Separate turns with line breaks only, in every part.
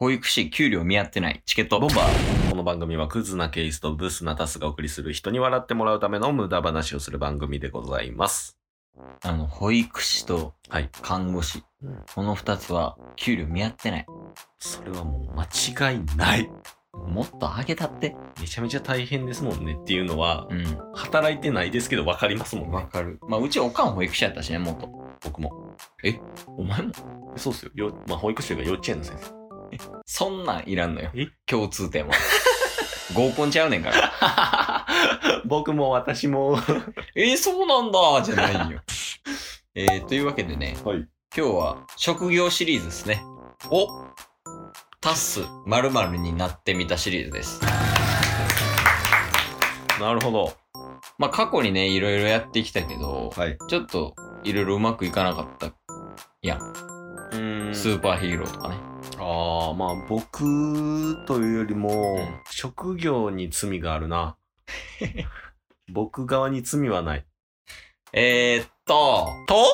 保育士、給料見合ってない。チケット。
ボンバー。この番組はクズなケースとブスなタスがお送りする人に笑ってもらうための無駄話をする番組でございます。
あの、保育士と
はい。
看護師
うん。
この二つは、給料見合ってない。
それはもう間違いない。
もっと上げたって。
めちゃめちゃ大変ですもんねっていうのは、
うん。
働いてないですけど分かりますもんね。
かる。まあ、うちおかん保育士やったしね、元。
僕も。
お前も
そうっすよ。よまあ、保育士というか幼稚園の先生。
そんなんいらんのよ
え。
共通点は。 合コンちゃうねん から。
僕も私も。
えー、そうなんだじゃないよ。えー、というわけでね、
はい
今日は職業シリーズですね。
お
タッス〇〇になってみたシリーズです。
なるほど。
まあ過去にね、いろいろやってきたけど、
はい。
ちょっといろいろうまくいかなかった。
うーん。
スーパーヒーローとかね。
ああ、まあ僕というよりも、
うん
職業に罪がある な。僕側に罪はない。
えー、っと、
と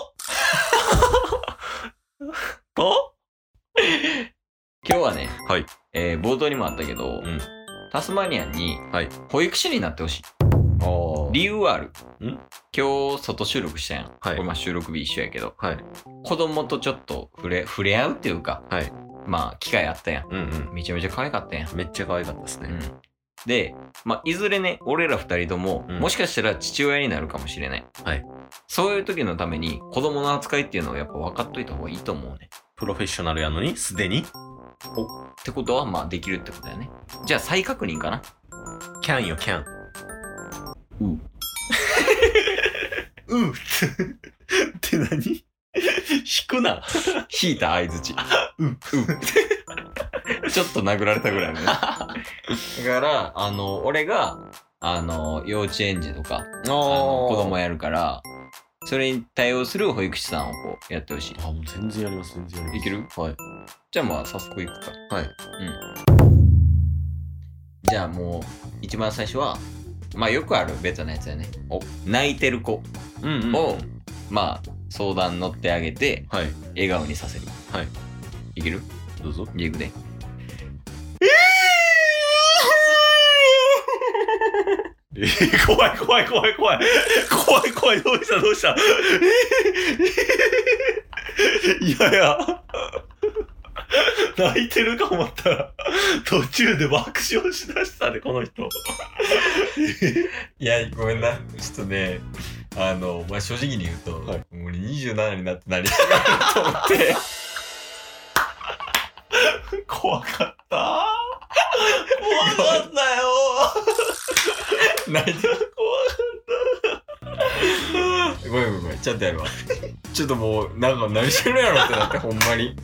と
今日はね、
はい。
えー、冒頭にもあったけど、
ん
タスマニアンに
はい
保育士になってほしい。
ああ
理由はある。
ん
今日外収録したやん。
はい
これまあ収録日一緒やけど、
はい。
子供とちょっと触れ触れ合うっていうか、
はい
まあ機会あったやん
うんうん。
めちゃめちゃ可愛かったやん、
めっちゃ可愛かったです
うん
ね。、
で、まあ、いずれね俺ら二人とも、
うん
もしかしたら父親になるかもしれない、
はい
そういう時のために子供の扱いっていうのをやっぱ分かっといた方がいいと思うね
プロフェッショナルやのに、すでに
ってことはまあできるってことだよねじゃあ再確認か な
キャンよ、キャン。
う。
うって何引くな。
引いた相づち
うん
ちょっと殴られたぐ らいのねだからあの俺があの幼稚園児とか
あ
あの子供
や。
やるからそれに対応する保育士さんをこうやってほしい
あ、もう全然やります、全然やります。
いける
はい。
じゃあまあ早速いくか
はい。
じゃあもう一番最初はまあよくあるベタなやつだよね
お
泣いてる子を、
うんうん。
まあ相談乗ってあげて
はい。
笑顔にさせる
はい
いける
どうぞ。
じゃあいくで
えー怖い怖い怖い怖い怖い怖いどうしたどうしたえーいやいや泣いてるか思ったら途中で爆笑しだしたねこの人
いやごめんなちょっとねあのまあ正直に言うと、
はい
もう俺27になって何 してると思って
怖かった怖かったよ
泣いてるごめんごめんごめんちゃんとやるわちょっともうなんか何してるやろってなってほんまに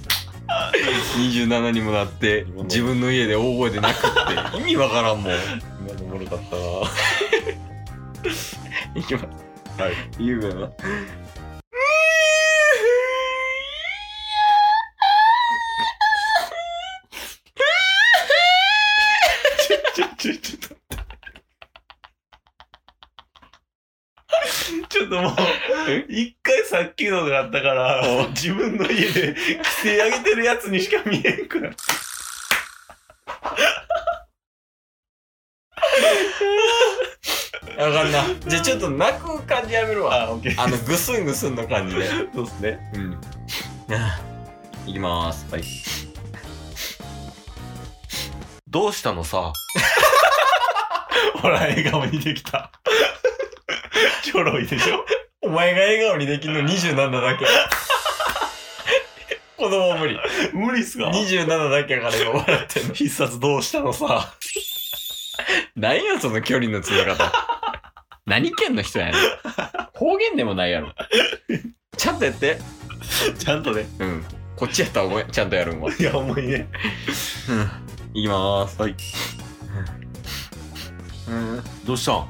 27にもなって自分の家で大声で泣くって意味わからんもん
今のおもろ かったない
きます
はい
言うよな
ちょちょちょっと待ってちょっともう
え
一回さっきのがあったから自分の家で規制上げてるやつにしか見えんくなった
わかんなじゃあちょっと泣く感じやめるわ
あオッケー
あのグスングスンの感じで
そうですね
うんあいきますはい
どうしたのさほら笑顔にできたちょろいでしょ
お前が笑顔にできるの27だけ子供無理
無理っすか
27だけやから今笑ってんの
必殺どうしたのさ
何やその距離の詰め 方何県の人やねん方言でもないや ろちゃんとやって
ちゃんとね
うんこっちやったらお前ちゃんとやるんわ
いや重いね
いきまーす
はい
うん
どうしたん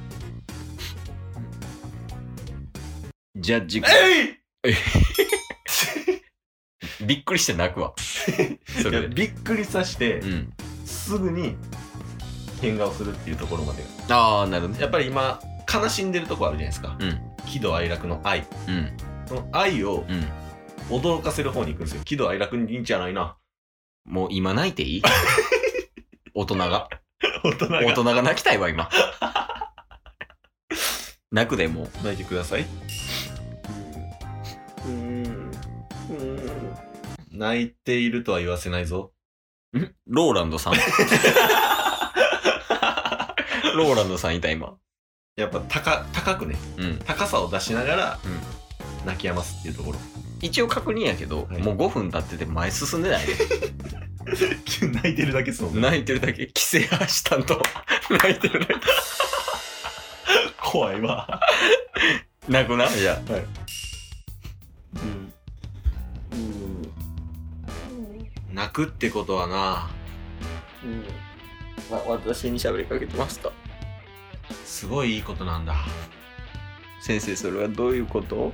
ジャッジ
えい
びっくりして泣く わそ
いや
れで
びっくりさして
うん
すぐに変顔するっていうところまでが
ああなるほど
やっぱり今悲しんでるとこあるじゃないですか、
うん
喜怒哀楽の愛
うん
その愛を
うん
驚かせる方に行くんですよ喜怒哀楽にいいんじゃないな
もう今泣いていい大人が。
大人が
大人が泣きたいわ、今。泣くでもう。
泣いてください泣いているとは言わせないぞ
んローラン ドさん。ローランドさんいた、今。
やっぱ高高くね
うん。
高さを出しながら、泣き止ますっていうところ
一応確認やけど、
はい
もう5分経ってて前進んでない。
泣いてるだけですもんね
泣いてるだけ、規制発したんと、泣いてるだけ。
怖いわ
泣くな、じゃあ。
泣くってことはな
私に喋りかけてました。
すごいいいことなんだ
先生、それはどういうこと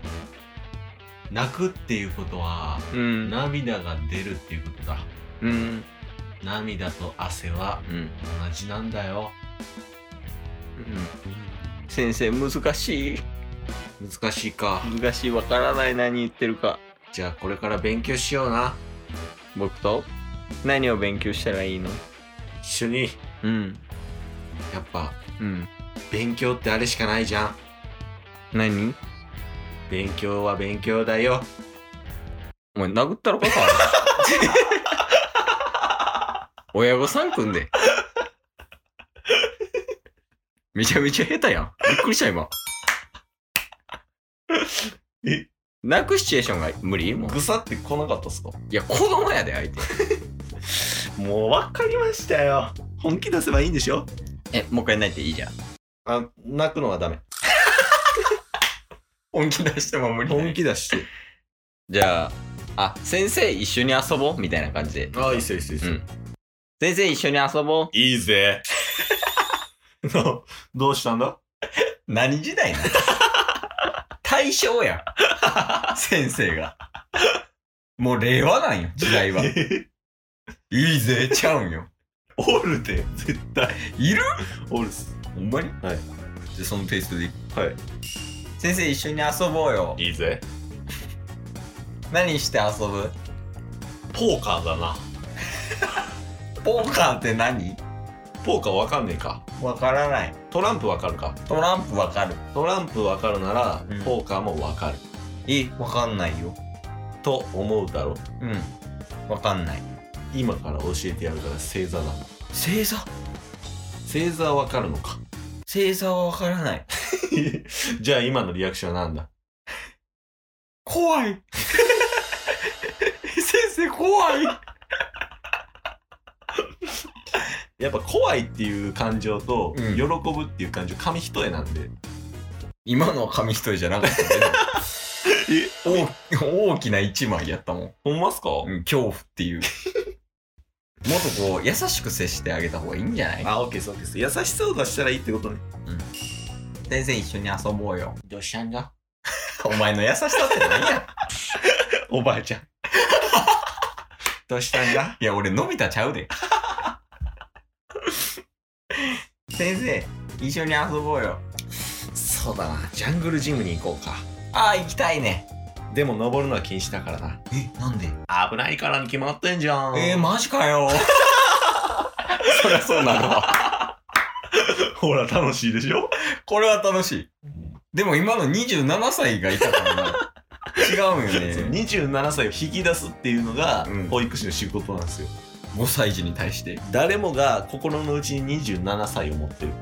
泣くっていうことは
うん
涙が出るっていうことだ
うん。
涙と汗は
うん。
同じなんだよ
先生、難しい。
難しいか
難しい。わからない。何言ってるか。
じゃあこれから勉強しような
僕と何を勉強したらいいの
一緒に
うん。
やっぱ
うん。
勉強ってあれしかないじゃん
何
勉強は勉強だよ
お前殴ったろか 親御さん組んで。めちゃめちゃ下手やん。びっくりした今。
え
泣くシチュエーションが無理もう。
さって来なかったっすか
いや、子供やで、相手。
もう分かりましたよ本気出せばいいんでしょ
え、もう一回泣いていいじゃん。
あ泣くのはダメ
本気出しても無
本気出して
じゃあ、あ、先生一緒に遊ぼうみたいな感じで。
ああいいっすよいいっすよいいっす
う
よ
ん。先生一緒に遊ぼう。
いいぜ どどうしたんだ
何時代なの大正やん。先生が。もう令和なんよ、時代 は。いいぜ、ちゃうんよ。
おるで絶対
いる
おるっす
ほんまに
はい。
じゃあそのテイストでいく。
はい
先生一緒に遊ぼうよ。
いいぜ
何して遊ぶ
ポーカーだな
ポーカーって何
ポーカーわかんねえか
わからない。
トランプわかるか
トランプわかる。
トランプわかるなら、
うん
ポーカーもわかる
え、わかんないよ。
と思うだろ
うん。わかんない。
今から教えてやるから星座だ
星座
星座わかるのか
星座はわからない。
じゃあ今のリアクションは何だ
怖い 先生怖い
やっぱ怖いっていう感情と、
うん
喜ぶっていう感情紙一重なんで
今のは紙一重じゃなかったけど大大きな一枚やったもん、
ほんますか、
うん、恐怖って いうもっとこう優しく接してあげた方がいいんじゃない
あオッケーですオッケーです優しさを出したらいいってことね
先生一緒に遊ぼうよ
どうしたんだ
お前の優しさって何 や
おばあちゃんどうしたん だ
いや俺のび太ちゃう で先生一緒に遊ぼうよ
そうだなジャングルジムに行こうか
ああ行きたいね
でも登るのは禁止だからな
えなんで
危ないからに決まってんじゃん
えー、マジか よそりゃそうなるわ
ほら楽しいでしょ
これは楽しい。でも今の27歳がいたから な。違うんよね。
27歳を引き出すっていうのが
うん
保育士の仕事なんですよ、
5歳児に対して。
誰もが心の内に27歳を持ってる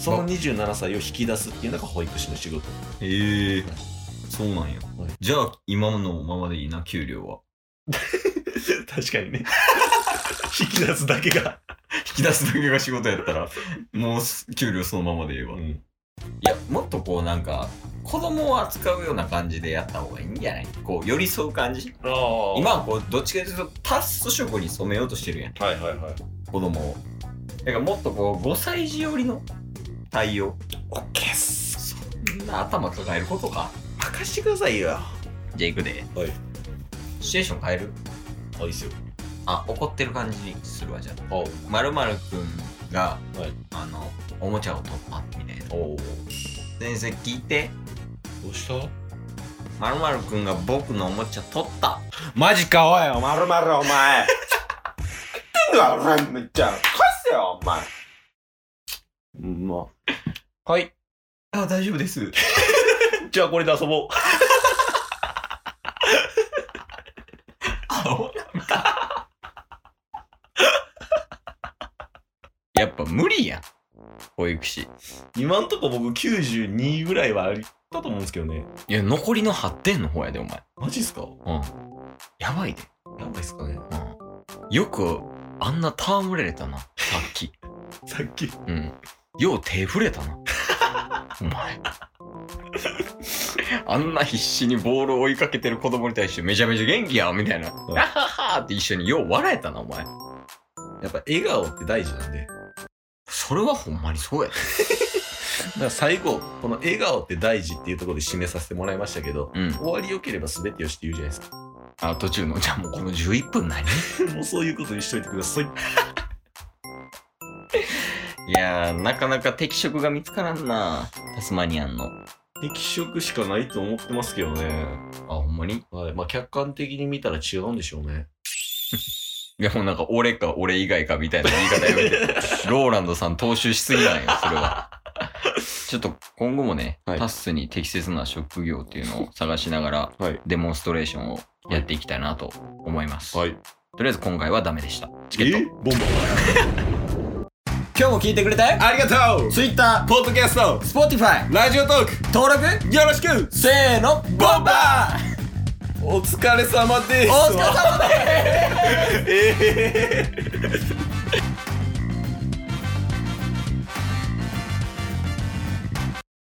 その27歳を引き出すっていうのが保育士の仕事
ええそうなんや
はい
じゃあ今のままでいいな、給料は。
確かにね引き出すだけが、
引き出すだけが仕事やったら、もうす給料そのままでええわ。いや、もっとこうなんか、子供を扱うような感じでやった方がいいんじゃないこう、寄り添う感じ。
今
今はこう、どっちかというと、タスト色に染めようとしてるやん、
はいはいはい
子供を。だからもっとこう、5歳児寄りの対応。
オッケーっす
そんな頭抱えることか。
任してくださいよ
じゃあ行くで。
はい
シチュエーション変える
あいいっすよ
あ、怒ってる感じにするわ、じゃあ。
お
まるまるくんが、
はい
あの、おもちゃを取ったみたいな。
おど
先生聞いて、
うした
まるまるくんが僕のおもちゃ取った。
マジかおいまるまるお前
だよ、俺めっちゃ。返せよ、お前。
うん、ま
はい。
あ、大丈夫です。
あ。じゃあこれで遊ぼ
やっぱ無理やん。保育士。
う。今んとこ僕92ぐらいはありだと思うんですけどね。
いや、残りの8点の方やで、お前。
マジっすか
うん。やばいで。
やばいっすかね。
うん。よく、あんな戯れれたな、さっき。
さっき。
うん。よう手触れた な。お前。あんな必死にボールを追いかけてる子供に対してめちゃめちゃ元気やみたいな。あ
ん
ははって一緒によう笑えたな、お前。
やっぱ笑顔って大事なんで。
それはほんまにそうやで。
だから最後、この笑顔って大事っていうところで締めさせてもらいましたけど、
うん。
終わり良ければ全てよしって言うじゃないですか。
あ、途中の、じゃあもうこの11分何
もうそういうことにしといてください。
いやー、なかなか適色が見つからんな。タスマニアンの。あ、
適色しかないと思ってますけどね。
ほんまに
はい。まあ客観的に見たら違うんでしょうね。
いや、もうなんか俺か俺以外かみたいな言い方やめて。ローランドさん踏襲しすぎなんよ、それ は。ちょっと今後もね、
はい
タッスに適切な職業っていうのを探しながら、
はい
デモンストレーションをやっていきたいなと思います。
はい。
とりあえず今回はダメでした。チケ
え
ット。
ボンバー
今日も聞いてくれたよ
ありがとう
Twitter、
ポッドキャスト、
Spotify、
ラジオトーク、
登録、
よろしく
せーの、ボンバー
お疲れ様です
お疲れ様です
ええ